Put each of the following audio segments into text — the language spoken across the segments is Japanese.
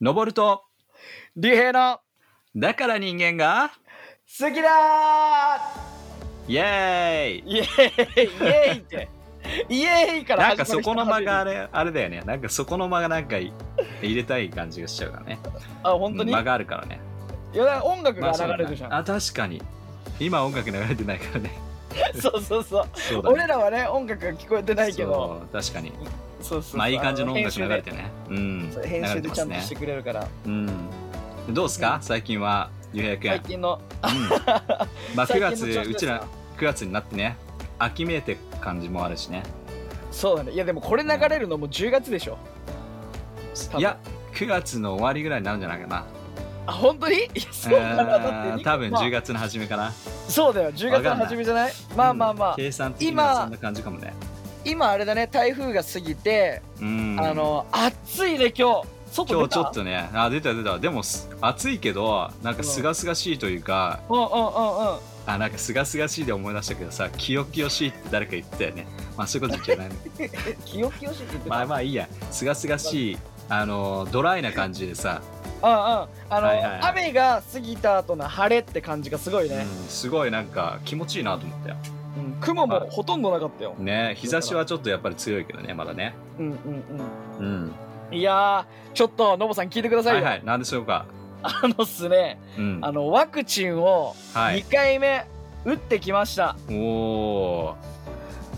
登ると竜兵のだから人間が好きだイエーーイイエーイイエーイってイエーイからなん始かまる人そこの間があ初めてれあれだよねなんかそこの間がなんかい入れたい感じがしちゃうからねあ本当に、間があるからねいやだから音楽まがあそう流だれるじゃん、なあ確かに今音楽流れてないから ねそうそうそうそうだね俺らはね音楽が聞こえてないけどそう確かにそうそうそうまあいい感じの音楽流れててねうんそう編集でちゃんと流れしててくれるから、ますねうんどうすか最近はゆうやくん最近のうんまあ9最近の月調子うですちから9月になってね秋めいて感じもあるしねそうだねいやでもこれ流れるのもう10月でしょ分いや9月の終わりぐらいになるんじゃないかなあ本当にいや そうかなだってえーに多分まあ10月の初めかな、そうだよ10月の初めじゃないまあまあまあ、うん計算的には今そんな感じかもね今あれだね台風が過ぎて、うんあの暑いね今日外今出日ちたょっとねあ出た出たでもす暑いけどなんかすがすがしいというか、うんうんうんうんあなんかすがすがしいで思い出したけどさきよきよしいって誰か言ってたよねまあそういうこと じゃないの清々しいって言ってたまあまあいいやすがすがしいあのドライな感じでさ、うんうんあの、はいはいはい雨が過ぎた後の晴れって感じがすごいね、うんすごいなんか気持ちいいなと思ったようん雲もはいほとんどなかったよ、ね日差しはちょっとやっぱり強いけどねまだねうんうんうんうんいやーちょっとノボさん聞いてくださいはよ、いはいなんでしょうかあのっすねうんあのワクチンをはい2回目打ってきました、おおー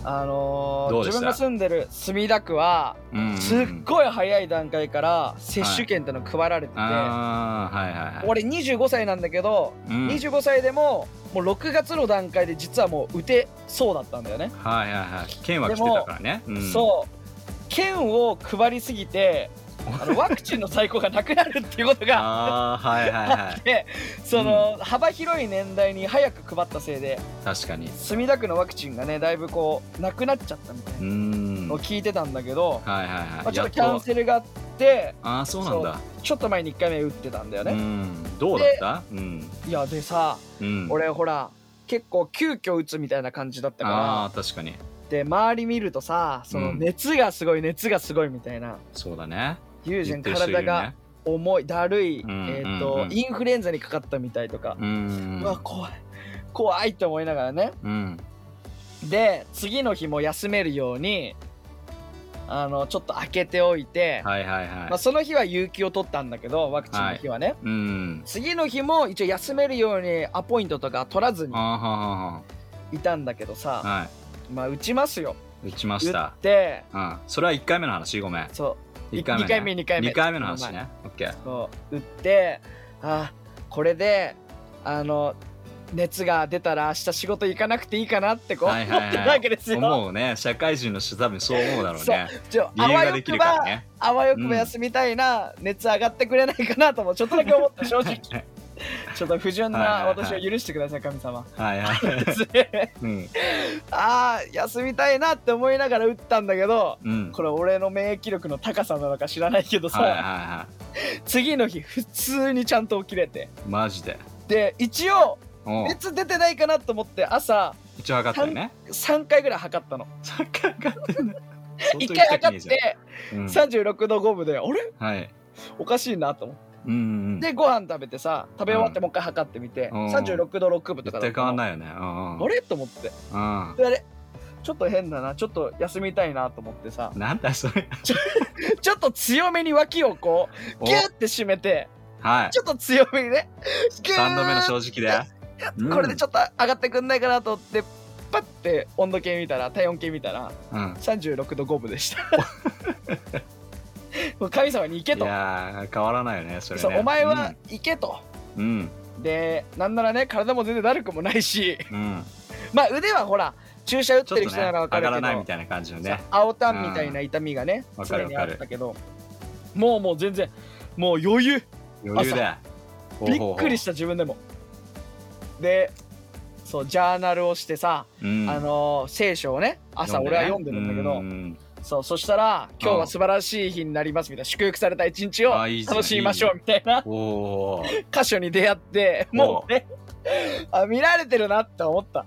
あのどーうで自した分が住んでる墨田区はうんうんすっごい早い段階から接種券っての配られてて、ああはいはいはい俺25歳なんだけど、うん25歳でももう6月の段階で実はもう打てそうだったんだよね、はいはいはい県は来てたからね、うんそう券を配りすぎてあ のワクチンの在庫がなくなるっていうことがああはいはいはあっいてその、幅広い年代に早く配ったせいで確かに墨田区のワクチンがねだいぶこうなくなっちゃったみたいうーなんのをはい聞いてたんだけど、はいはい、まあ、ちょっとキやャンセルがあってああそうなんだちょっと前に1回目打ってたんだよう,、ね、んどうだったうん、いやでさうん、俺ほら結構急遽打つみたいな感じだったあかあ確かにらで周り見るとさそのうん熱がすごい熱がすごいみたいなそうだね言うじ言ゃっんてる人いる体ねが重いだるい、うんうんうんえっ、とインフルエンザにかかったみたいとかう、んうわ怖い怖いって思いながらねうんで次の日も休めるようにあのちょっと開けておいて、はいはいはい、まあ、その日は有給を取ったんだけどワクチンの日はね、うん次の日も一応休めるようにアポイントとか取らずにああはーはいたんだけどさ、ーはーはまあ打ちますよい打ちま打しったてうんそれは1回目の話ごめんそ一回目、ね、二回目二回目二回目の話ねオッケーうそう打ってあこれであの熱が出たら明日仕事行かなくていいか なってこうはいはいはい思ってるわけですよ。思うね社会人の人多分そう思うだろうねちょ理あ由わがよできくるからば、ねあわよくうんば休みたいな、熱上がってくれないかなともちょっとだけ思った正 直ちょっと不純はいはいなはい私を許してください神様はいはいうん あー休みたいなって思いながら打ったんだけどうんこれ俺の免疫力の高さなのか知らないけどさ、はいはいは次の日普通にちゃんと起きれていマジでで一応おう熱出てないかなと思って朝一応測ったよね3回ぐらい測ったの3回測って んだ1回測ってうん36度5分であれはいおかしいなと思ってうんうんでご飯食べてさ食べ終わってもう一回測ってみて、うん36度6分と絶かだ対った変わんいないよねうんあれと思ってうんうんであれちょっと変だなちょっと休みたいなと思ってさなんだそれちょっと強めに脇をこうおギュッて締めてはいちょっと強めにねギュ3度目のー正直でうん これでちょっと上がってくんないかなと思ってパッて温度計見たら体温計見たらうん36度5分でした もう神様に行けいと、やー変わらないよねそれねそうお前は行けと、うんでなんならね体も全然だるくもないしうんうんまあ腕はほら注射打っちょってとる人ねならわ上かがるらけど、ないみたいな感じのねそう青タンみたいな痛みがね、うん常にあわかるわかるったけどもうもう全然もう余裕余裕だびっくりしたた自分でもでそうジャーナルをしてさ、あのー聖書をね朝俺は読んでるんだけど、そうそしたら今日は素晴らしい日になりますみたいな祝福された一日をあいいじゃん楽しみましょうみたいなおおー 箇所に出会ってもうね あ見られてるなって思った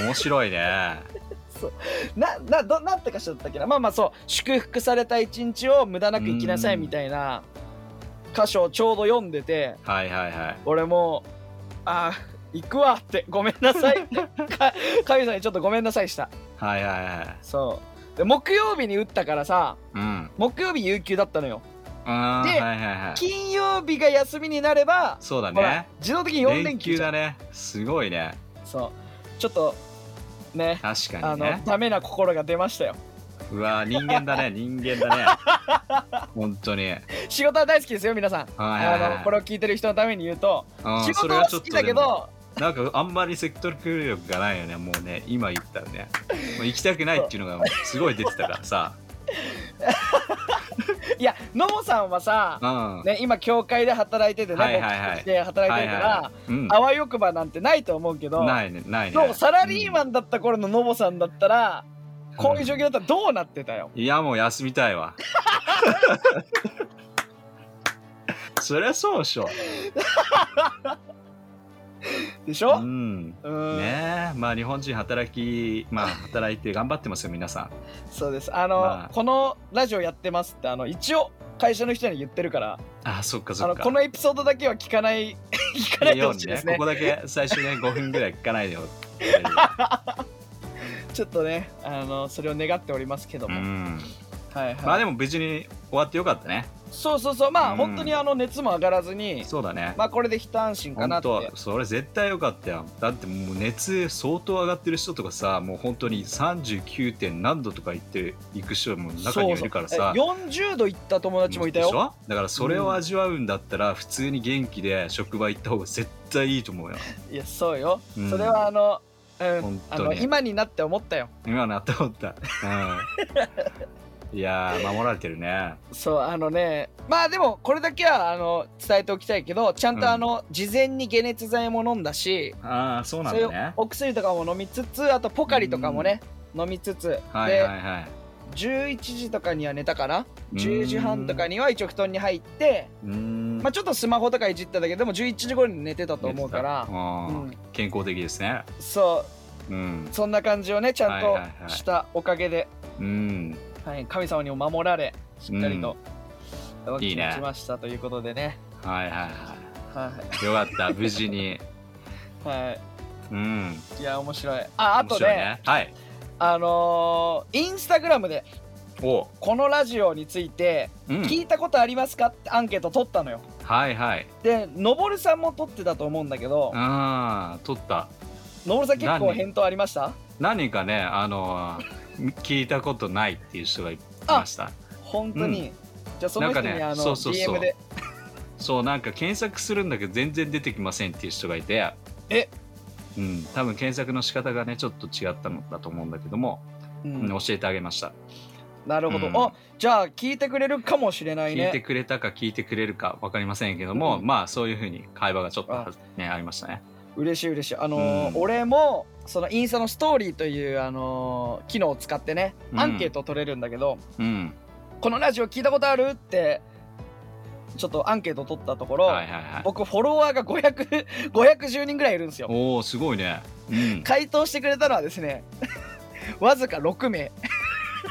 面白いねななどなんてかしだったっけなまあまあそう祝福された一日を無駄なく生きなさいみたいな箇所をちょうど読んでてはいはいはい俺もあー行くわってごめんな さいか神さんにちょっとごめんなさいしたはいはいはいそうで木曜日に打ったからさうん木曜日有給だったのよあーではいはいはい金曜日が休みになればそうだほらね自動的に4連連休休じゃだんねすごいねそうちょっとね確かあにのねダメな心が出ましたようわ人間だ ね人間だね本当にはい仕事は大好きですよ皆さんはいはいあのこれを聞いてる人のために言うとうん仕それ事はちょ好っきとだけでもどなんかあんまり説得力がないよねもうね今言ったらねもう行きたくないっていうのがすごい出てたからさいや野茂さんはさう、ん ね、今教会で働いててね、はいはいはい牧師として働いてるから、い、うん、あわよくばなんてないと思うけどないねないねそうサラリーマンだった頃のノボさんだったら、こういう状況だったらどうなってたよ、いやもう休みたい わそりゃそうでしょでしょ、うんうんねえまあ日本人働きまあ働いて頑張ってますよ皆さんそうですあの、まあこのラジオやってますってあの一応会社の人に言ってるからあそっかあそっのかこのエピソードだけは聞かない聞かないでようほにしいでねすねここだけ最初ね5分ぐらい聞かないでよ ちょっとねあのそれを願っておりますけどうも、んはいはい、まあでも無事に終わってよかったねそうそうそうまあ、うん本当にあの熱も上がらずにそうだねまあこれで一安心かな本って当はそれ絶対よかったよだってもう熱相当上がってる人とかさもう本当に39点何度とか言っていく人も中にはいるからさそうそうえ40度行った友達もいたでしよょだからそれを味わうんだったら普通に元気で職場行った方が絶対いいと思うよいやそうよ、うんそれはあの,、うん本、あ当にの今になって思ったよ今なって思った、うん、いやー守られてるねそうあのねまあでもこれだけはあの伝えておきたいけどちゃんうんとあの、事前に解熱剤も飲んだしああそうなんそういだうねお薬とかも飲みつつあとポカリとかもね、飲みつつ、はいで、はいはい11時とかには寝たかなうん10時半とかには一応布団に入って、うーんまあ、ちょっとスマホとかいじっただけでも11時頃に寝てたと思うから寝て、たあーうん健康的ですねそうんうそんな感じをねちゃんはいはいはといしたおかげで、うんはい、神様にも守られしっかりと動いいきねましたということでねはいはいははいよかった無事にい、はいうんいや面白いああと面ね白いねはいあのーインスタグラムでおこのラジオについてうん聞いたことありますかってアンケート取ったのよはいはいでのぼるさんも取ってたと思うんだけどああ取ったのぼるさん結構何返答ありました何かねあのー聞いたことないっていう人がいました本当に、じゃあそのなん人かに、ねあのそうそうそう DM でそうなんか検索するんだけど全然出てきませんっていう人がいてえうん多分検索の仕方がねちょっと違ったのだと思うんだけども、ううんん教えてあげました、なるほど、うんあじゃあ聞いてくれるかもしれない聞いてねくれたか聞いてくれるか分かりませんけども、うんまあそういうふうに会話がちょっとあはねありましたね嬉しい嬉しいあのーうん俺もそのインスタのストーリーという、あのー機能を使ってねうんアンケートを取れるんだけど、うんこのラジオ聞いたことあるってちょっとアンケート取ったところ、はいはいはい僕フォロワーが500 510人ぐらいいるんですよおおすごいね、うん、回答してくれたのはですね わずか6名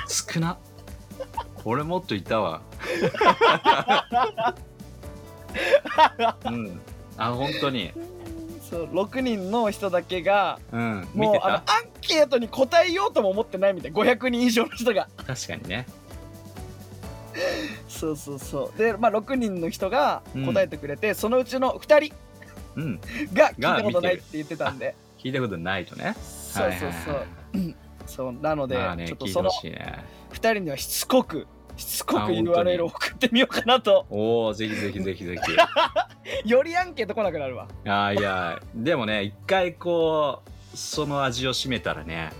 少な俺もっといたわうんあ本当にそう6人の人だけがうん見もうてあのアンたケートに答えようとも思ってないみたい500人以上の人が 確かにねそうそうそうで、まあ、6人の人がうん答えてくれて、そのうちの2人うんが聞いがたことないっ見て言ってたんで聞いたことないとねそうそうそう、はいはいはいそうなので、まあねちょっと聞いそてのほしいね2人にはしつこくしつこあく本当に URL を送ってみようかなと おおぜひぜひぜひぜひよりアンケート来なくなるわああいやでもね一回こうその味を占めたらね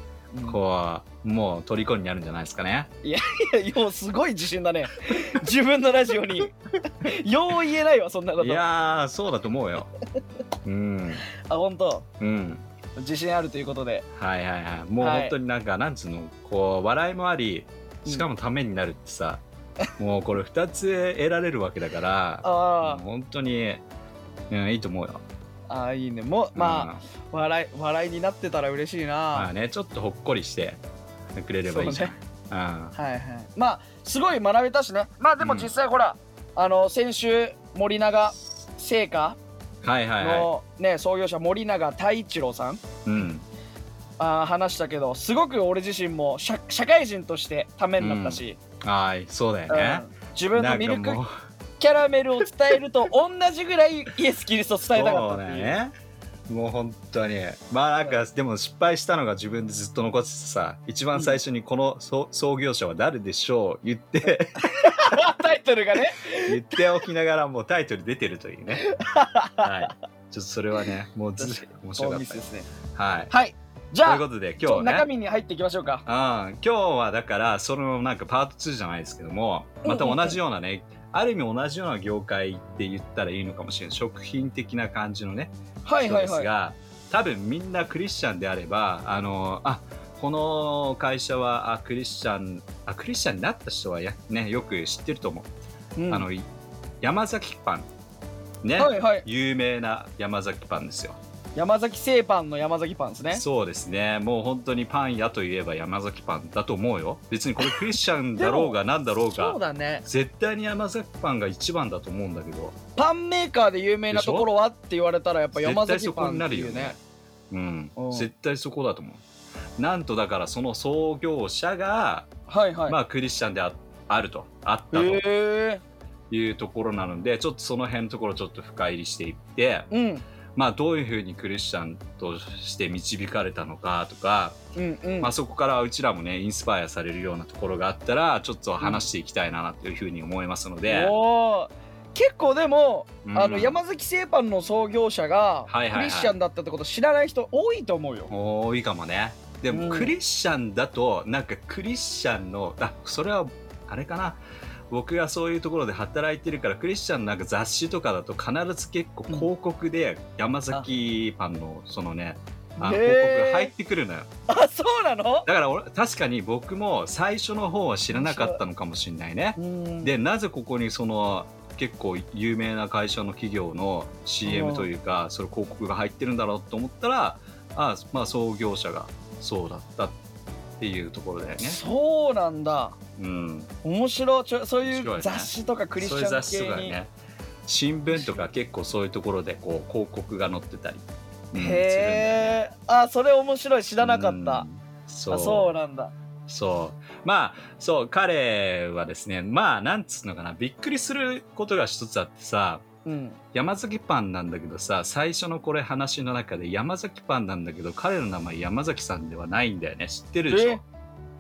こうもう虜になるんじゃないですかね いや、ようすごい自信だね。 自分のラジオに。 よう言えないわ、そんなこと。いやーそうだと思うようんあ、本当うん自信あるということで。はいはいはいもうはい本当になんか、なんつうのこう笑いもありしかもためになるってさ、もうこれ2つ得られるわけだからあもう本当に、うん、いいと思うよあ、ああ、いいね。もう、まあ、あ、笑い、笑いになってたら嬉しいな。まあねちょっとほっこりしてくれればいいじゃん、うんはいはい。まあ、すごい学べたしね。まあ、でも実際、ほら、あの、先週、森永製菓はいはいはの、ね、創業者森永太一郎さんい。うん。あー話したけどすごく俺自身も社社会人としてためになったし、はい、そうだようんね。自分のミルなクんかもうキャラメルを伝えると同じぐらいイエス・キリストを伝えたかったってそういうだねもう本当にまあなんかでも失敗したのが自分でずっと残っててさ一番最初にこの創創業者は誰でしょう言ってタイトルがね言っておきながらもうタイトル出てるという ねはいちょっとそれはねもうず確面白かったすねはいはいじといゃあうことでち今ょっ日と中ね身に入っていきましょうかうん、今日はだからそのなんかパート2じゃないですけどもまた同じようなねある意味同じような業界って言ったらいいのかもしれない食品的な感じのねはい人はでいすが、はい多分みんなクリスチャンであればあのあこの会社はあクリスチャンあクリスチャンになった人はや、ね、よく知ってると思う、うんあのい山崎パンね、はいはい有名な山崎パンですよ、山崎製パンの山崎パンですねそうですねもう本当にパン屋といえば山崎パンだと思うよ別にこれクリスチャンだろうがなんだろうそうがだね絶対に山崎パンが一番だと思うんだけどパンメーカーで有名なところはって言われたらやっぱ山崎パンってい絶対そこになるようねねうんうん絶対そこだと思うなんとだからその創業者が、はいはい、まあクリスチャンでああるとあったとへえいうところなので、ちょっとその辺のところちょっと深入りしていってうんまあどういうふうにクリスチャンとして導かれたのかとか、うんうん、まあ、そこからうちらもねインスパイアされるようなところがあったらちょっと話していきたいなというふうに思いますので、おー結構でも、うんあの山崎製パンの創業者がはいはいはいクリスチャンだったってこと知らない人多いと思うよ。多いかもねでも、うんクリスチャンだとなんかクリスチャンのあそれはあれかな僕がそういうところで働いてるからクリスチャンのなんか雑誌とかだと必ず結構広告で山崎パンのそのね、あのへー広告が入ってくるのよあそうなのだから俺確かに僕も最初の方は知らなかったのかもしれないねうんでなぜここにその結構有名な会社の企業の CM というか、それ広告が入ってるんだろうと思ったらあ、まあ、創業者がそうだったっていうところだよね。そうなんだうん、面白いちょそうい面白いうね雑誌とかクリスチそういうャ雑誌とンか系に、ね新聞とか結構そういうところでこう広告が載ってたり、うんするんだよねへえあそれ面白い知らなかった、うんそうあそうなんだそうまあそう彼はですねまあなんつうのかなびっくりすることが一つあってさ、うん山崎パンなんだけどさ最初のこれ話の中で山崎パンなんだけど彼の名前山崎さんではないんだよね知ってるでしょえ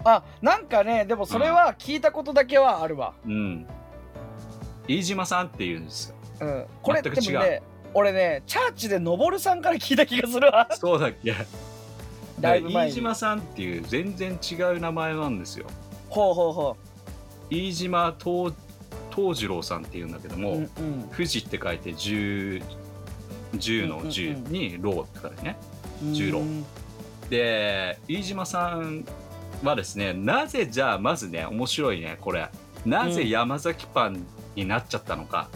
あなんかねでもそれは聞いたことだけはあるわ、うん飯島さんっていうんですようん、これで全もく違うね俺ねチャーチでのぼるさんから聞いた気がするわそうだっけ だいぶ前飯に島さんっていう全然違う名前なんですよほうほうほ飯島藤藤次郎さんっていうんだけどうも、うんうん富士って書いて十十の十うんうんうに郎って書いてね十十郎で飯島さんはですねなぜじゃあまずね面白いねこれなぜ山崎パンになっちゃったのか、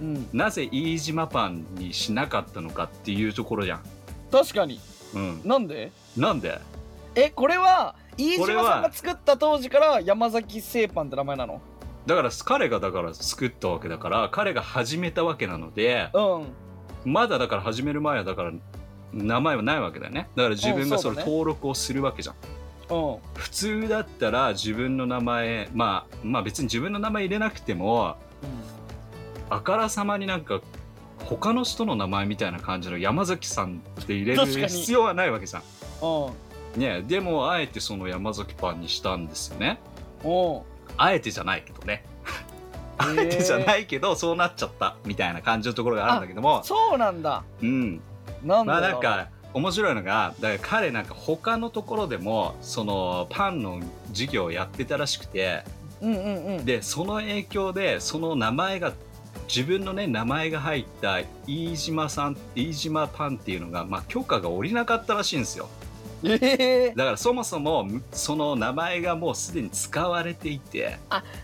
うん、なぜ飯島パンにしなかったのかっていうところじゃん、確かにうん、なんでなんでえこれは飯これ島はさんが作った当時から山崎製パンって名前なのだから彼がだから作ったわけだから彼が始めたわけなのでうんまだだから始める前はだから名前はないわけだよねだから自分がうんそそうれだね登録をするわけじゃんうん普通だったら自分の名前まあまあ別に自分の名前入れなくてもあからさまになんか他の人の名前みたいな感じの山崎さんって入れる確かに必要はないわけじゃん。うんね、でもあえてその山崎パンにしたんですよね。うんあえてじゃないけどね。あえてじゃないけどそうなっちゃったみたいな感じのところがあるんだけども、そうなんだうん、なんまだあろうなんか面白いのがだから彼なんか他のところでもそのパンの事業をやってたらしくてうんうんうんでその影響でその名前が自分のね名前が入った飯島さん飯島パンっていうのが、まあ、許可が下りなかったらしいんですよええだからそもそもむその名前がもうすでに使われていて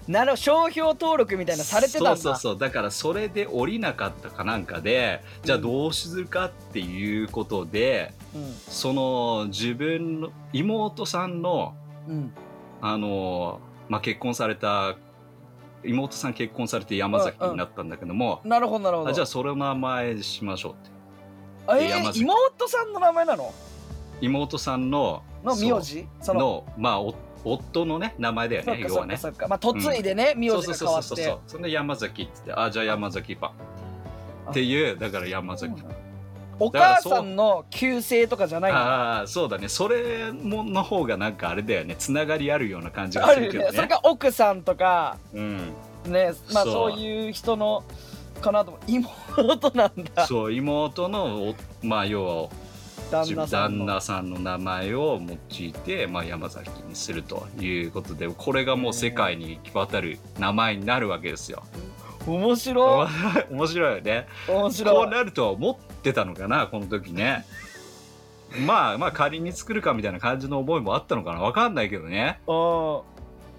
なるほど商標登録みたいなのされてたんだそうそうそうだからそれで降りなかったかなんかでじゃあどうするかっていうことで、うんその自分の妹さんのうんあの、まあ、結婚された妹さん結婚されて山崎になったんだけども、なるほどなるほどあじゃあそれの名前にしましょうってえ山ー、崎妹さんの名前なの妹さんののそう名字そののまあお夫のね名前だよそっねか要そはっかねそっかまあ嫁いでね、名そう字そうがそ変うわそうそうそってんで山崎ってってあじゃあ山崎パンっていうだから山崎おだか母らそうさんの旧姓とかじゃないんだああそうだねそれもの方がなんかあれだよねつながりあるような感じがあするるよけねどそれねか奥さんとかうんねまあそうそういう人のかなと思う妹なんだそう妹のおまあ要は旦自那分さん旦の那さんの名前を用いて、まあ、山崎にするということでこれがもう世界に行き渡る名前になるわけですよ。 面白面白いよね。い面白こういなるとは思ってたのかなこの時ね。まあまあ仮に作るかみたいな感じの思いもあったのかなわかんないけどね。うん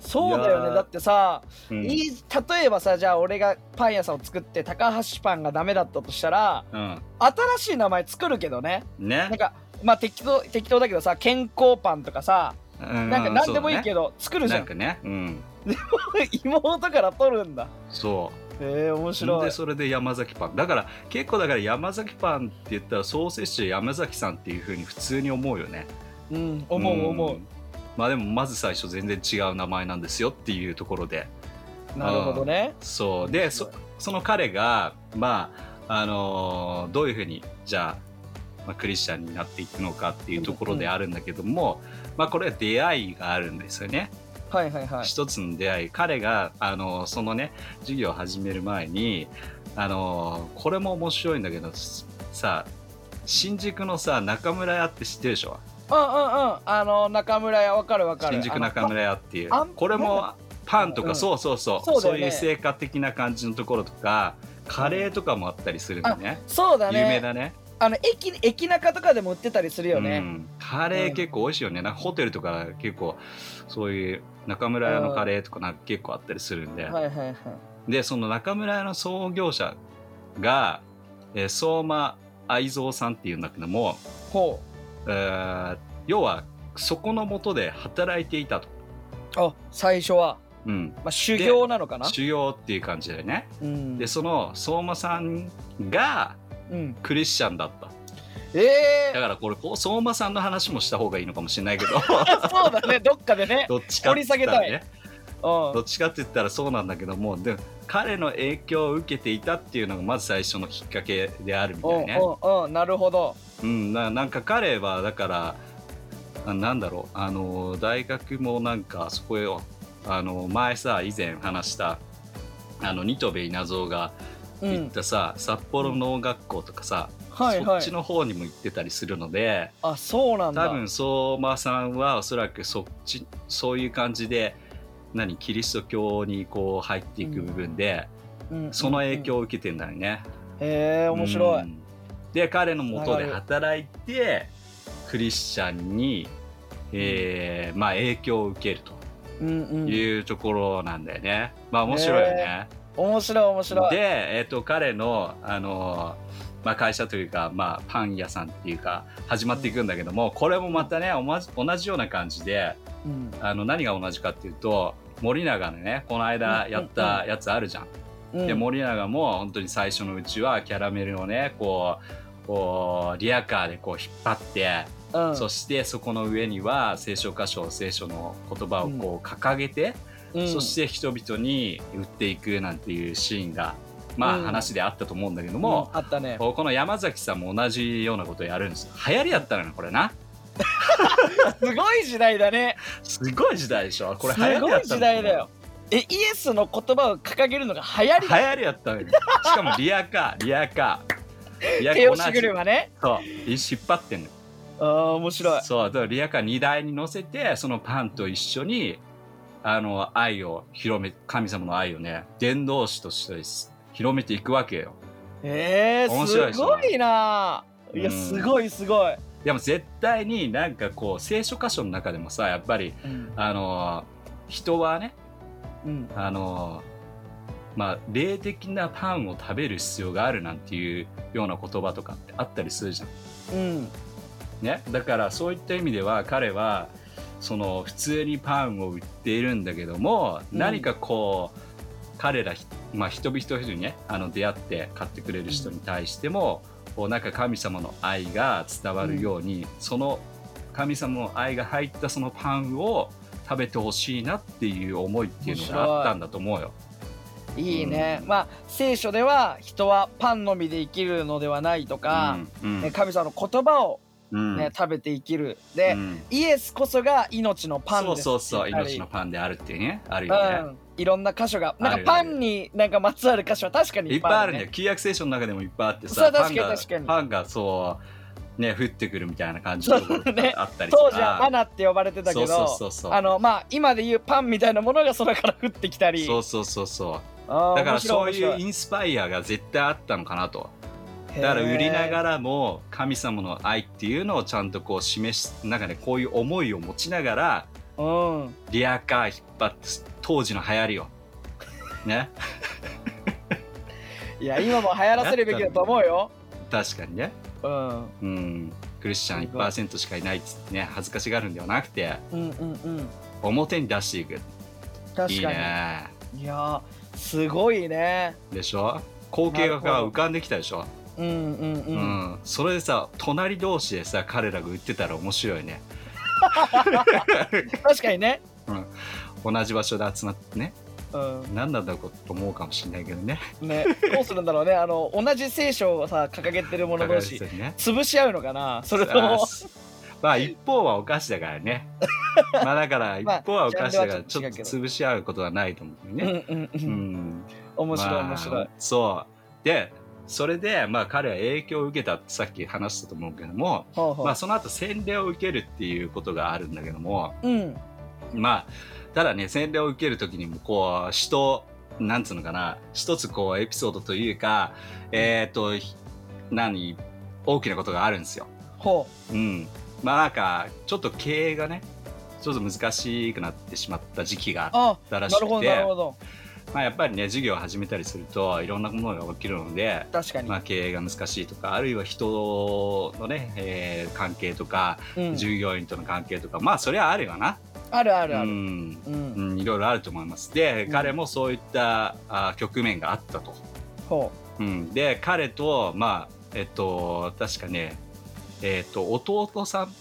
そうだいよやねーだってさ、うんいい例えばさじゃあ俺がパン屋さんを作って高橋パンがダメだったとしたらうん、新しい名前作るけどねねなん。かまあ適当適当だけどさ健康パンとかさななんか何でもいいけど、作るじゃなんんかね、うん、 妹から取るんだそへえ面う。ん白いでそれで山崎パンだから結構だから山崎パンって言ったらソーセージ山崎さんっていうふうに普通に思うよねうん思う思んまあでもまず最初全然違う名前なんですよっていうところでうなるほどねそうでそその彼がまああのーどういうふうにじゃあ、まあ、クリスチャンになっていくのかっていうところであるんだけども、まあこれは出会いがあるんですよねはいはいはい一つの出会い彼があのそのね授業を始める前にあのこれも面白いんだけどすさ新宿のさ中村屋って知ってるでしょうんうんうんあの中村屋わかるわかる新宿中村屋っていうあのパンこれもパンとか、うんそうそうそうそそううだよいねう成果的な感じのところとかカレーとかもあったりするのね、そうだ有ね名だねあの駅駅中とかでも売ってたりするようね、ん、カレー結構美味しいよね、なんかホテルとか結構そういう中村屋のカレーとかなんか結構あったりするんで、はいはいはいでその中村屋の創業者が、えー相馬愛蔵さんっていうんだけども、ほえー要はそこのもとで働いていたと、うあ最初は、うん、まあ、修行なのかな修行っていう感じだよねうんでその相馬さんがうん、クリスチャンだったええだからこれこう相馬さんの話もした方がいいのかもしれないけど そうだねどっかでね、どっちかって言ったら掘り下ねうん、どっちかって言ったらそうなんだけどもでも彼の影響を受けていたっていうのがまず最初のきっかけであるみたいね。うんうんうんなるほどうん、ななんか彼はだからあなんだろうあの大学もなんかそこへあの前さ以前話したあのニトベ稲造がう行っんたさ、札幌農学校とかさ、はいそはっちいの方にも行ってたりするのであそうなんだ多分相馬さんはおそらくそっちそういう感じで何キリスト教にこう入っていく部分で、うんうんその影響を受けてんだよね。へえ面白い、うんで彼のもとで働いてクリスチャンに、えーまあ、影響を受けるうんうとん、いうところなんだよね。まあ面白いよね。面白い面白で、いえー、と彼のあのー、まあ、会社というか、まあ、パン屋さんっていうか始まっていくんだけどもこれもまたねおまじ同じような感じでうんあの何が同じかっていうと森永のねこの間やったやつあるじゃん。うんで森永も本当に最初のうちはキャラメルをねこうこうリアカーでこう引っ張って、うんそしてそこの上には聖書箇所聖書の言葉をこう掲げて、うんそして人々に売っていくなんていうシーンがまあ、うん話であったと思うんだけどもう、んあったねこうこの山崎さんも同じようなことをやるんですよ流行りだったのよこれなすごい時代だねすごい時代でしょこれす流行りだごっいた時の代だよえイエスの言葉を掲げるのが流行り流だ行りだったのよしかもリアカーリアカーリアカ手ー押し車ねそう引っ張ってんのよああ面白いそうだからリアカー荷台に乗せてそのパンと一緒にあの愛を広め神様の愛をね伝道師として広めていくわけよえー、面白いですすねごいないやうんすごいすごい、でも絶対になんかこう聖書箇所の中でもさやっぱりうんあの人はねうんあのまあ霊的なパンを食べる必要があるなんていうような言葉とかってあったりするじゃんうんね、だからそういった意味では彼はその普通にパンを売っているんだけども、うん何かこう彼らひ、まあ、人々人々にねあの出会って買ってくれる人に対しても、こうなんか神様の愛が伝わるように、その神様の愛が入ったそのパンを食べてほしいなっていう思いっていうのがあったんだと思うよ。いいね、まあ聖書では人はパンのみで生きるのではないとか、うんうんね神様の言葉を、うんね食べて生きるで、うんイエスこそが命のパンそでうすそうそうって命言のっパンであるっていうねあるたりよね、うん、いろんな箇所がなあんるかパンになんかまつわる箇所は確かにいいっっぱぱいいああるる、んだよね、旧約聖書の中でもいっぱいあってそさう確パかンにが確かにパンがそうね降ってくるみたいな感じのところとかそうねあったりとか当時はマナって呼ばれてたけどそうそうそうそうあのまあ今でいうパンみたいなものが空から降ってきたりそうそうそうそうあーだから面そ白うい面白うインスパイアが絶対あったのかなとだからへー売りながらも神様の愛っていうのをちゃんとこう示すなんかねこういう思いを持ちながらうんリアカー引っ張って当時の流行りを ねいや今も流行らせるべきだと思うよ確かにねうんうんクリスチャン1%しかいないっつってね恥ずかしがるんではなくてうんうんうん表に出していく確かにいいねいやーすごいねでしょ光景がなるほど浮かんできたでしょ、うんうんう、うんんそれでさ隣同士でさ彼らが売ってたら面白いね確かにね同じ場所で集まってねう何なんだろうと思うかもしれないけどねんねどうするんだろうねあの同じ聖書をさ掲げてる者 同士高橋さん ね潰し合うのかなそれとあもーすまあ一方はお菓子だから ねまあだから一まあ方はお菓子だからちジょャンルっはとちょっと違うけど潰し合うことはないと思ううよんね、うんううんん、面白い面ま白あいそうでそれでまあ彼は影響を受けたってさっき話したと思うけども、ほうほまあ、うその後洗礼を受けるっていうことがあるんだけどもうんまあただね洗礼を受ける時にもこう人なんつうのかな一つこうエピソードというかえっ、とひ何大きなことがあるんですよ。ほうん、まあなんかちょっと経営がねちょっと難しくなってしまった時期がうあっあたらしなるほくどなてるほどまあやっぱりね授業を始めたりするといろんなものが起きるので、確かに、まあ、経営が難しいとかあるいは人のね、えー関係とかうん、従業員との関係とかまあそれはあるよな。あるあるあうるんうん、うん、いろいろあると思います。で、うん彼もそういったあ局面があったと。ほうん、で、彼と、まあ、えっと、確かね、えっと、弟さん。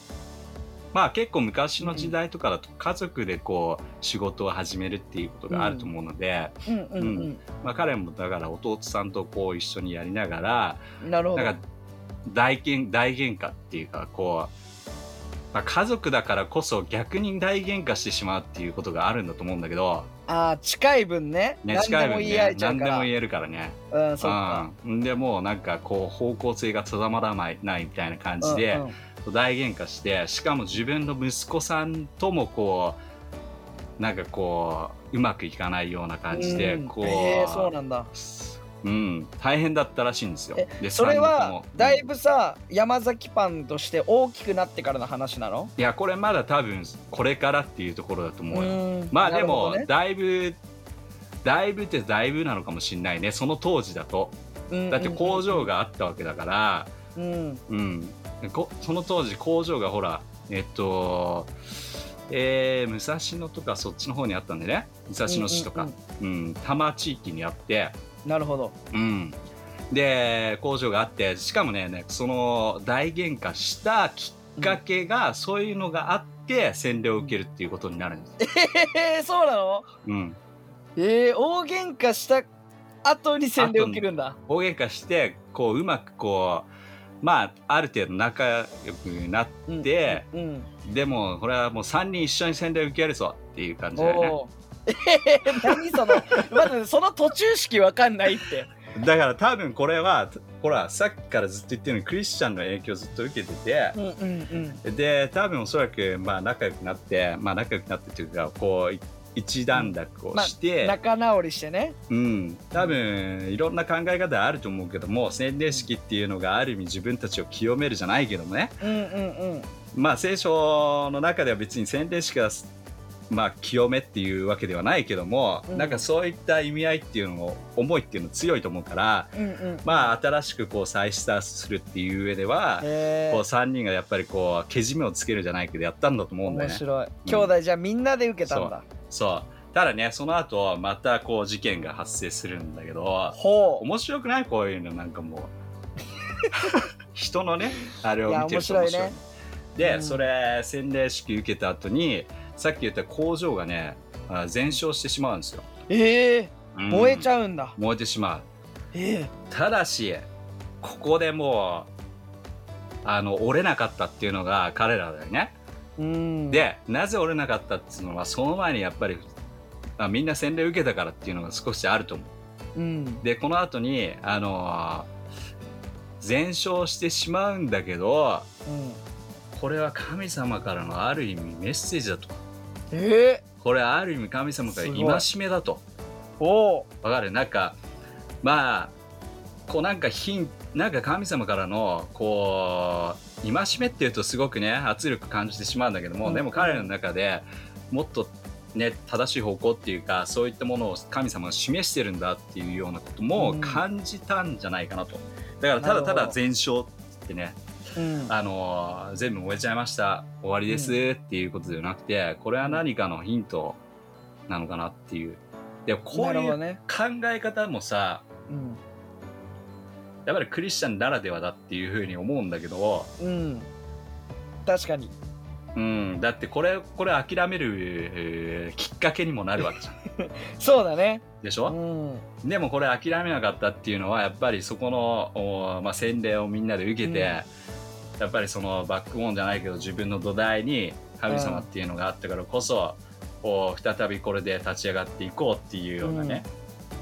まあ結構昔の時代とかだと家族でこう仕事を始めるっていうことがあると思うので、ううんうんうん、まあ彼もだから弟さんとこう一緒にやりながら、なるほどなんか大喧大喧嘩っていうかこう、まあ、家族だからこそ逆に大喧嘩してしまうっていうことがあるんだと思うんだけど、あー近い分ねね、何近でいももん言い合ねえちゃ何うでかもら言えるからねうんそっか、うん、でもうなんかこう方向性が定まらないないみたいな感じで、うんうん大喧嘩してしかも自分の息子さんともこうなんかこううまくいかないような感じで、うんこう,、へえそうなんだうん大変だったらしいんですよえでそれ三人とはもだいぶさ山崎パンとして大きくなってからの話なのいやこれまだ多分これからっていうところだと思うよ、んまあでも、なるだいぶだいぶってだいぶなのかもしれないねその当時だとほどねだって工場があったわけだから、うんうんうん、こその当時工場がほらえっとえー武蔵野とかそっちの方にあったんでね武蔵野市とか、ううんんうん多摩地域にあって、うんなるほどうん、で工場があってしかもねねその大喧嘩したきっかけが、そういうのがあって洗礼を受けるっていうことになるんです、えー、そうなのうん、えー、大喧嘩した後に洗礼を切るんだ大喧嘩してこううまくこうまあある程度仲良くなって、うんでうんうんでもこれはもう3人一緒に洗礼を受けるぞっていう感じだよね。おおえー、 何そのまずその途中式わかんないってだから多分これはほらさっきからずっと言ってるようにクリスチャンの影響をずっと受けててうんうんうんで多分おそらくまあ仲良くなってまあ仲良くなってというかこうい一段落をして、仲直りしてねうん、多分いろんな考え方あると思うけども洗礼式っていうのがある意味自分たちを清めるじゃないけどもねうんうんうんまあ聖書の中では別に洗礼式がまあ清めっていうわけではないけども、うんなんかそういった意味合いっていうのを思いっていうの強いと思うから。うんうんまあ、新しくこう再スタートするっていう上では、へこうー3人がやっぱりこうけじめをつけるじゃないけどやったんだと思うんだ面よね。白い兄弟じゃあみんなで受けたんだそうただねその後またこう事件が発生するんだけどほう面白くないこういうのなんか もう人のねあれを見てるといや面面白白いいねで、うんそれ洗礼式受けた後にさっき言った工場がねあ全焼してしまうんですよ、ええうん燃えちゃうんだ、燃えてしまうええただしここでもうあの折れなかったっていうのが彼らだよね、うんでなぜ折れなかったっていうのはその前にやっぱりあみんな洗礼受けたからっていうのが少しあると思ううんでこの後にあのー全焼してしまうんだけどうんこれは神様からのある意味メッセージだとええこれはある意味神様からすごい戒めだとおうわかるなんかまあこうなんかヒンなんか神様からのこう戒めっていうとすごくね圧力感じてしまうんだけども、うんでも彼らの中でもっとね正しい方向っていうかそういったものを神様が示してるんだっていうようなこともうん感じたんじゃないかなと、だからただたなるだほど全焼ってねうんあのー全部燃えちゃいました終わりですっていうことじゃなくて、これは何かのヒントなのかなっていうでこなうるいほうどね考え方もさうんやっぱりクリスチャンならではだっていうふうに思うんだけど、うん確かにうん、だってこれこれ諦める、えーきっかけにもなるわけじゃんそうだねでしうょ、んでもこれ諦めなかったっていうのはやっぱりそこの、おまあ、洗礼をみんなで受けて、うんやっぱりそのバックボーンじゃないけど自分の土台に神様っていうのがあったからこそ、こう再びこれで立ち上がっていこうっていうようなね、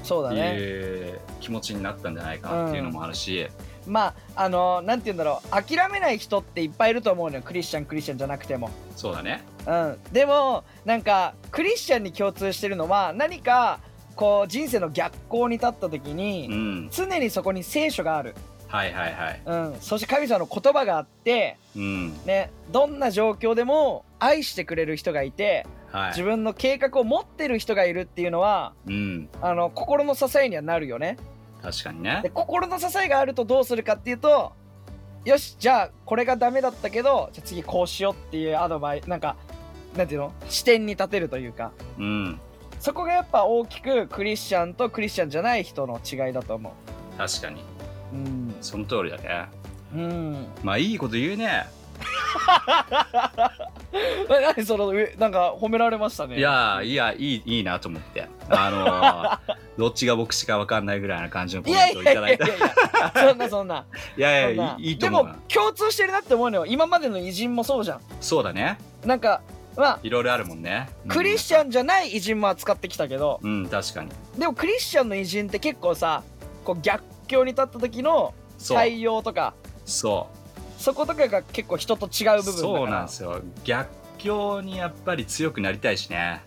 そうだってねいう気持ちになったんじゃないかなっていうのもあるし、まああのなんて言うんだろう諦めない人っていっぱいいると思うのよクリスチャンクリスチャンじゃなくてもそうだね。うん、でもなんかクリスチャンに共通してるのは何かこう人生の逆行に立った時うに、ん、常にそこに聖書がある、はいはいはい。うん、そして神様の言葉があって、うん、ね、どんな状況でも愛してくれる人がいてはい。自分の計画を持ってる人がいるっていうのはうん、あの心の支えにはなるよね。確かにねで。心の支えがあるとどうするかっていうとよしじゃあこれがダメだったけどじゃあ次こうしようっていうアドバイスなんかなんていうの視点に立てるというか。うん、そこがやっぱ大きくクリスチャンとクリスチャンじゃない人の違いだと思確かに。う。うん。その通りだね。うん。まあいいこと言うね。何その上なんか褒められましたね。いやー、いや、いい、いいなと思って。あ のーどっちが牧師かわかんないぐらいな感じのコいメやンいトをやいいやいただやいいた。いや。そんなそんな。やそ んいやないい、いいとで思うもな。共通してるなって思うのよ。今までの偉人もそうじゃそうだね。ん。なんかまあいろいろあるもんね。うんクリスチャンじゃない偉人も扱ってきたけど、うん、確かに。でもクリスチャンの偉人って結構さ、こう逆境に立った時のそう。対応とか、そそことかが結構人と違うう。部分だから。そうなんですよ。逆境にやっぱり強くなりたいしね。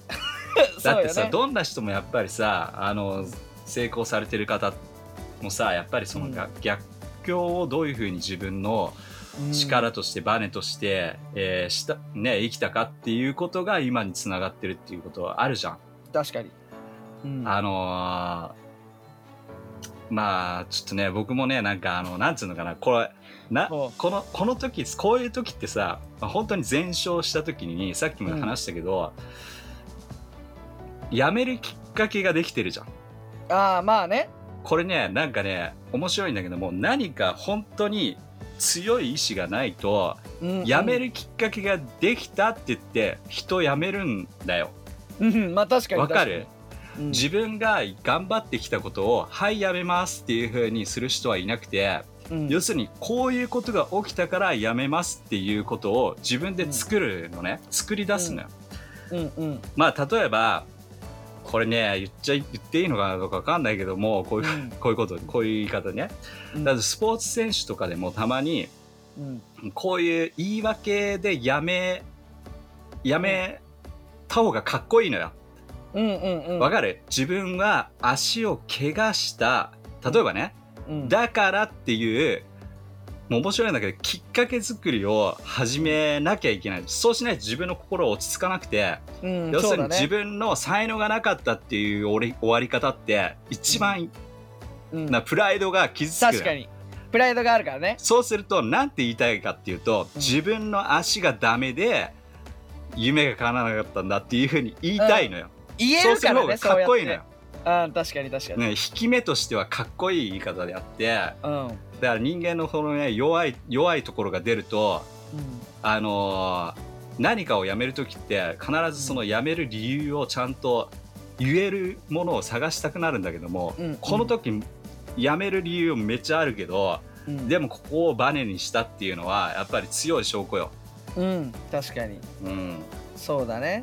そだうよっねてさ、どんな人もやっぱりさあの成功されてる方もさやっぱりそのが、逆境をどういうふうに自分のうん力として、バネとして、えーしたね、生きたかっていうことが今につながってるっていうことはあるじゃん。確かに。うんあのーまあちょっとね僕もねなんかあのなんつうのかなこれなおこのこの時こういう時ってさ、まあ本当に全勝した時にさっきも話したけど、やめるきっかけができてるじゃん。ああまあねこれねなんかね面白いんだけども何か本当に強い意志がないとうんやめるきっかけができたって言って人辞めるんだよ。うんうんまあ確かにわかる確にうん自分が頑張ってきたことを「はいやめます」っていうふうにする人はいなくて、うん要するにこういうことが起きたからやめますっていうことを自分で作るのね、作り出すのよ。うんうんまあ例えばこれね言っちゃい言っていいのかなとかわかんないけどもこういううんこういうことこういう言い方ね。うんだってスポーツ選手とかでもたまにうんこういう言い訳でやめやめた方がかっこいいのよ。うんうんうんわかる自分は足を怪我した例えばねうんだからっていうもう面白いんだけどきっかけ作りを始めなきゃいけないそうしないと自分の心は落ち着かなくて、うん要すそうるにだね自分の才能がなかったっていう終わり終わり方って一番うんなプライドが傷つくのよ確かにプライドがあるからねそうすると何て言いたいかっていうと、うん自分の足がダメで夢が叶わなかったんだっていうふうに言いたいのよ、言えそうるすかるら方ねがそうかっやっこいいのてよ。うん確かに確かにね、引き目としてはかっこいい言い方であってだかうん、うん、ら人間のこの、ね、弱い弱いところが出るとあのー何かをやめる時って必ずそのやめる理由をちゃんと言えるものを探したくなるんだけども、うんこの時やめる理由めっちゃあるけどうんでもここをバネにしたっていうのはやっぱり強い証拠よ。うん確かにうん、そうだね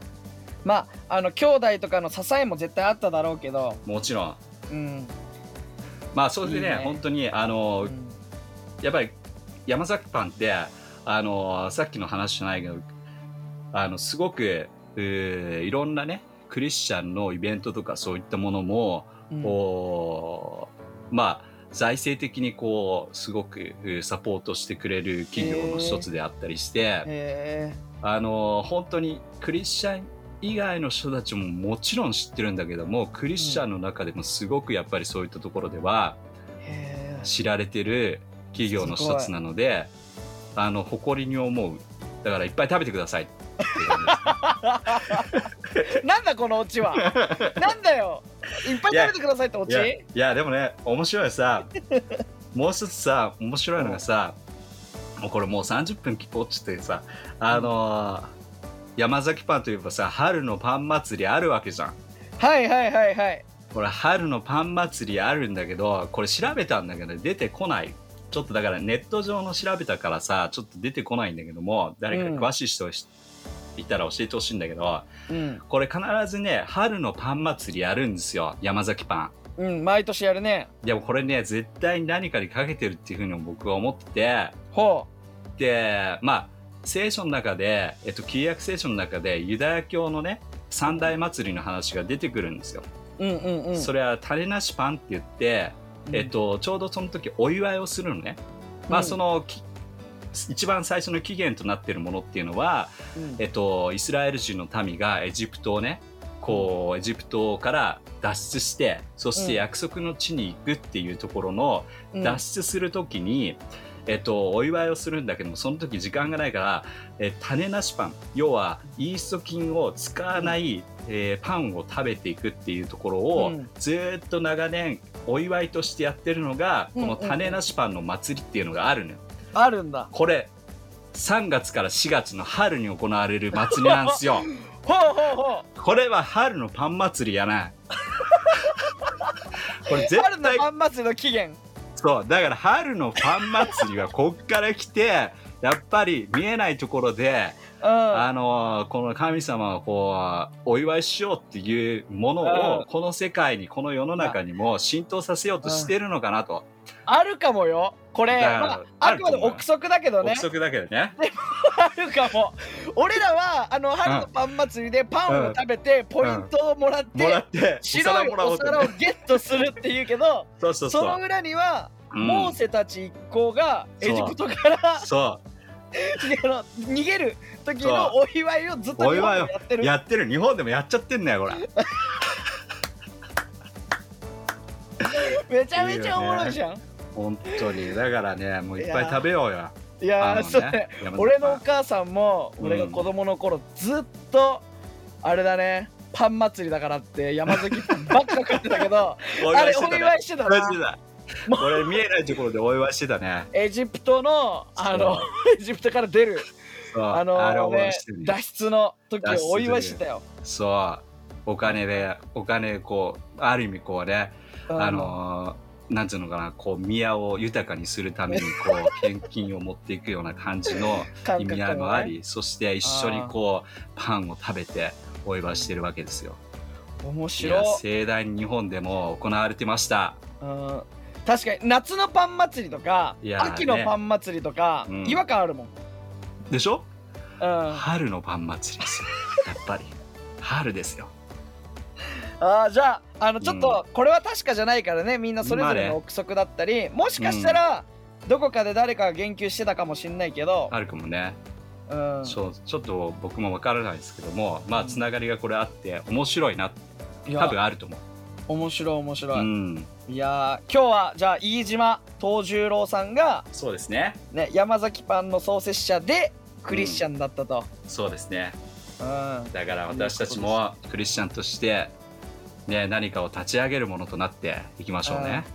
まああの兄弟とかの支えも絶対あっただろうけどもちろんうん、まあそれでねいいね本当にあうのーんやっぱり山崎パンってあのさっきの話じゃないけどあのすごく、えーいろんなねクリスチャンのイベントとかそういったものも、うんこうまあ財政的にこうすごくえーサポートしてくれる企業の一つであったりして、へえあの本当にクリスチャン以外の人たちももちろん知ってるんだけどもクリスチャンの中でもすごくやっぱりそういったところでは、へえ知られてる企業の一つなのであの誇りに思うだからいっぱい食べてくださいっていう感じですなんだこのオチ はなんだよいっぱい食べてくださいってオいやいチやでもね面白いさもう一つさ面白いのがさもうこれもう30分きっぽっちってさあのー山崎パンといえばさ春のパン祭りあるわけじゃんはいはいはいはいこれ春のパン祭りあるんだけどこれ調べたんだけど出てこないちょっとだからネット上の調べたからさちょっと出てこないんだけども誰か詳しい人いたら教えてほしいんだけど、うん、これ必ずね春のパン祭りやるんですよ山崎パうん、毎年やるねンでもこれね絶対に何かにかけてるっていうふうに僕は思っててほでまあ聖書の中で、えっと、旧約聖書の中でユダヤ教のね三大祭りの話が出てくるんですよ、ううんうんうんそれは種なしパンって言ってえっと、ちょうどその時お祝いをするのね、まうあ、んそのき一番最初の起源となっているものっていうのは、うんえっと、イスラエル人の民がエジプトをねこうエジプトから脱出してそして約束の地に行くっていうところのうん脱出する時に、えっと、お祝いをするんだけどもその時時間がないからえ種なしパン要はイースト菌を使わない、えーパンを食べていくっていうところを、うんずーっと長年お祝いとしてやってるのがこのうんうんうん種なしパンの祭りっていうのがあるのよ。あるんだこれ3月から4月の春に行われる祭りなんです よ。ほうほうほこれは春のパン祭りや な。これう春絶の対パン祭りの起源そうだから春のパン祭りはこっから来てやっぱり見えないところで、うんあのーこの神様をこうお祝いしようっていうものうをんこの世界にこの世の中にも浸透させようとしてるのかなとあるかもよこだれ、からまあ、ああるとくまで思うよ憶測だけどね憶測だけどね。 あるかも俺らはあの春のパン祭りでパンを食べてポイントをもらっもらてって白お皿いもらおおうと皿ね、をゲットするっていうけどそうそうそそのう。裏にはうんモーセたち一行がエそうジプトから そあの逃げる時そうのお祝いをずっと日本でお祝いやをってうるやってる日本でもやっちゃってんだよこれ。めちゃめちゃおもろいじゃん。本当にだからねもういっぱい食べようよ。いやー、そあのれね山田俺のおさん母さんもうん俺が子供の頃ずっとあれだねパン祭りだからって山崎パンばっか食ってたけど お祝いあれしておたね祝いしておた祝いしなてた。これ見えないところでお祝いしてたね。エジプトのあのそエジプトから出るそうああれのお祝ねいしてるね。脱出の時脱出をお祝いしてたよ。そうお金でお金こうある意味こうねあのーなんていうのかなこう宮を豊かにするためにこう献金を持っていくような感じの 感意覚味と合かいねもありそして一緒にこうパンを食べてお祝いしてるわけですよ。面いや白い、盛大に日本でも行われてました。うん、確かに夏のパン祭りとか、いやーね秋のパン祭りとか、うん違和感あるもん、でしょうん、あ春のパン祭りですよ。やっぱり。春ですよ。ーじゃああのちょっとこれは確かじゃないからねみんなそれぞれまあねの憶測だったりもしかしたら、どこかで誰かが言及してたかもしんないけど、あるかもね。うん、そう、ちょっと僕もわからないですけども、まあ、うんつながりがこれあって、面白いな。い多や分あると思う。面白い面白うい、ん。いやー今日はじゃあ飯島藤十郎さんが、そうですね。ね、山崎パンの創設者でクリスチャンだったと、そうですね。うんだから、私たちもクリスチャンとして、ね、何かを立ち上げるものとなっていきましょうね。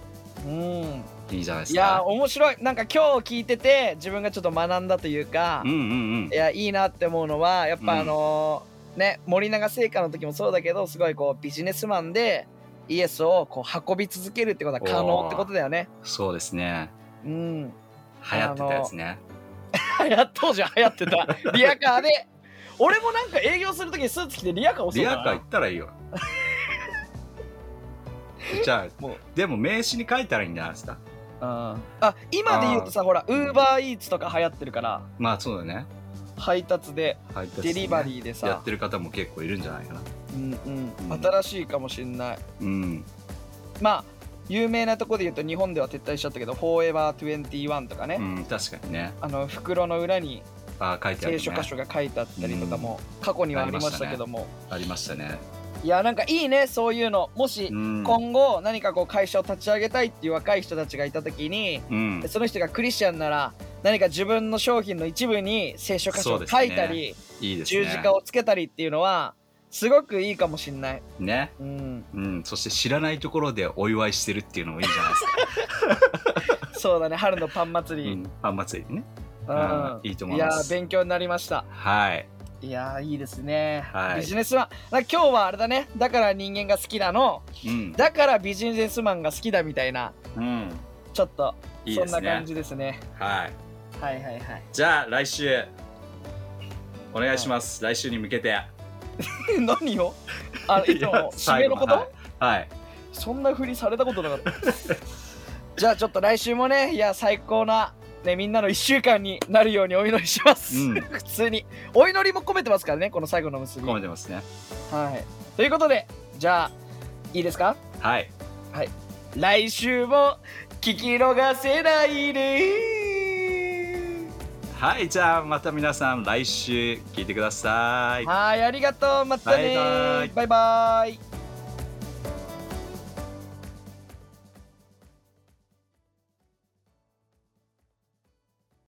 うんいいじゃないですいか。や面白いなんか今日聞いてて自分がちょっと学んだというか、うんうんうんい。やいいなって思うのはやっうんぱあのーね森永製菓の時もそうだけどすごいこうビジネスマンでイエスをこう運び続けるってことは可能ってことだよね。そうですね。うん、流行ってたやつね。や当時は流行ってた リアカーで俺もなんか営業する時にスーツ着てリアカーをリアカー行ったらいい よ。じゃあ、もう、でも名刺に書いたらいいんじゃないですか。あ今で言うとさほらウーバーイーツとか流行ってるからまあ、そうだね。配達で配達ねデリバリーでやっさ、てる方も結構いるんじゃないかな。うんう、うんん新しいかもしれないうん。まあ有名なとこで言うと日本では撤退しちゃったけど「フォーエバー21」とかね、うん、確かにね。あの袋の裏にあー書いてある、聖ね。書箇所が書いてあったりとかも過去にはありましたけども、ありましたね。いやなんかいいねそういうのもしうん。今後何かこう会社を立ち上げたいっていう若い人たちがいた時にうん。その人がクリスチャンなら何か自分の商品の一部に聖書箇所そうをですね書いたり、いいですね。十字架をつけたりっていうのはすごくいいかもしんない。ね。うん、うん。そして知らないところでお祝いしてるっていうのもいいんじゃないですか。そうだね春のパン祭り、うん。パン祭りね。うんいいと思いますや勉強になりましたはい。いやーいいですね、はいビジネスマンだ今日はあれだねだから人間が好きなのうん。だからビジネスマンが好きだみたいなうん。ちょっといいそでんすなね感。じですねはい。はいはい はいじゃあ、来週。お願いします。来週に向けて。何をあいつ いやも締めのこ最後とはい。はいそんなふりされたことなかった じゃあちょっと来週もねいや最高なね、みんなの1週間になるようにお祈りします、うん 普通にお祈りも込めてますからねこの最後の結び込めてますね。はい、ということでじゃあいいですかはい。来週も聞き逃せないではい。じゃあ、また皆さん、来週聞いてください。はいありがとうまたねバイバイバイバイ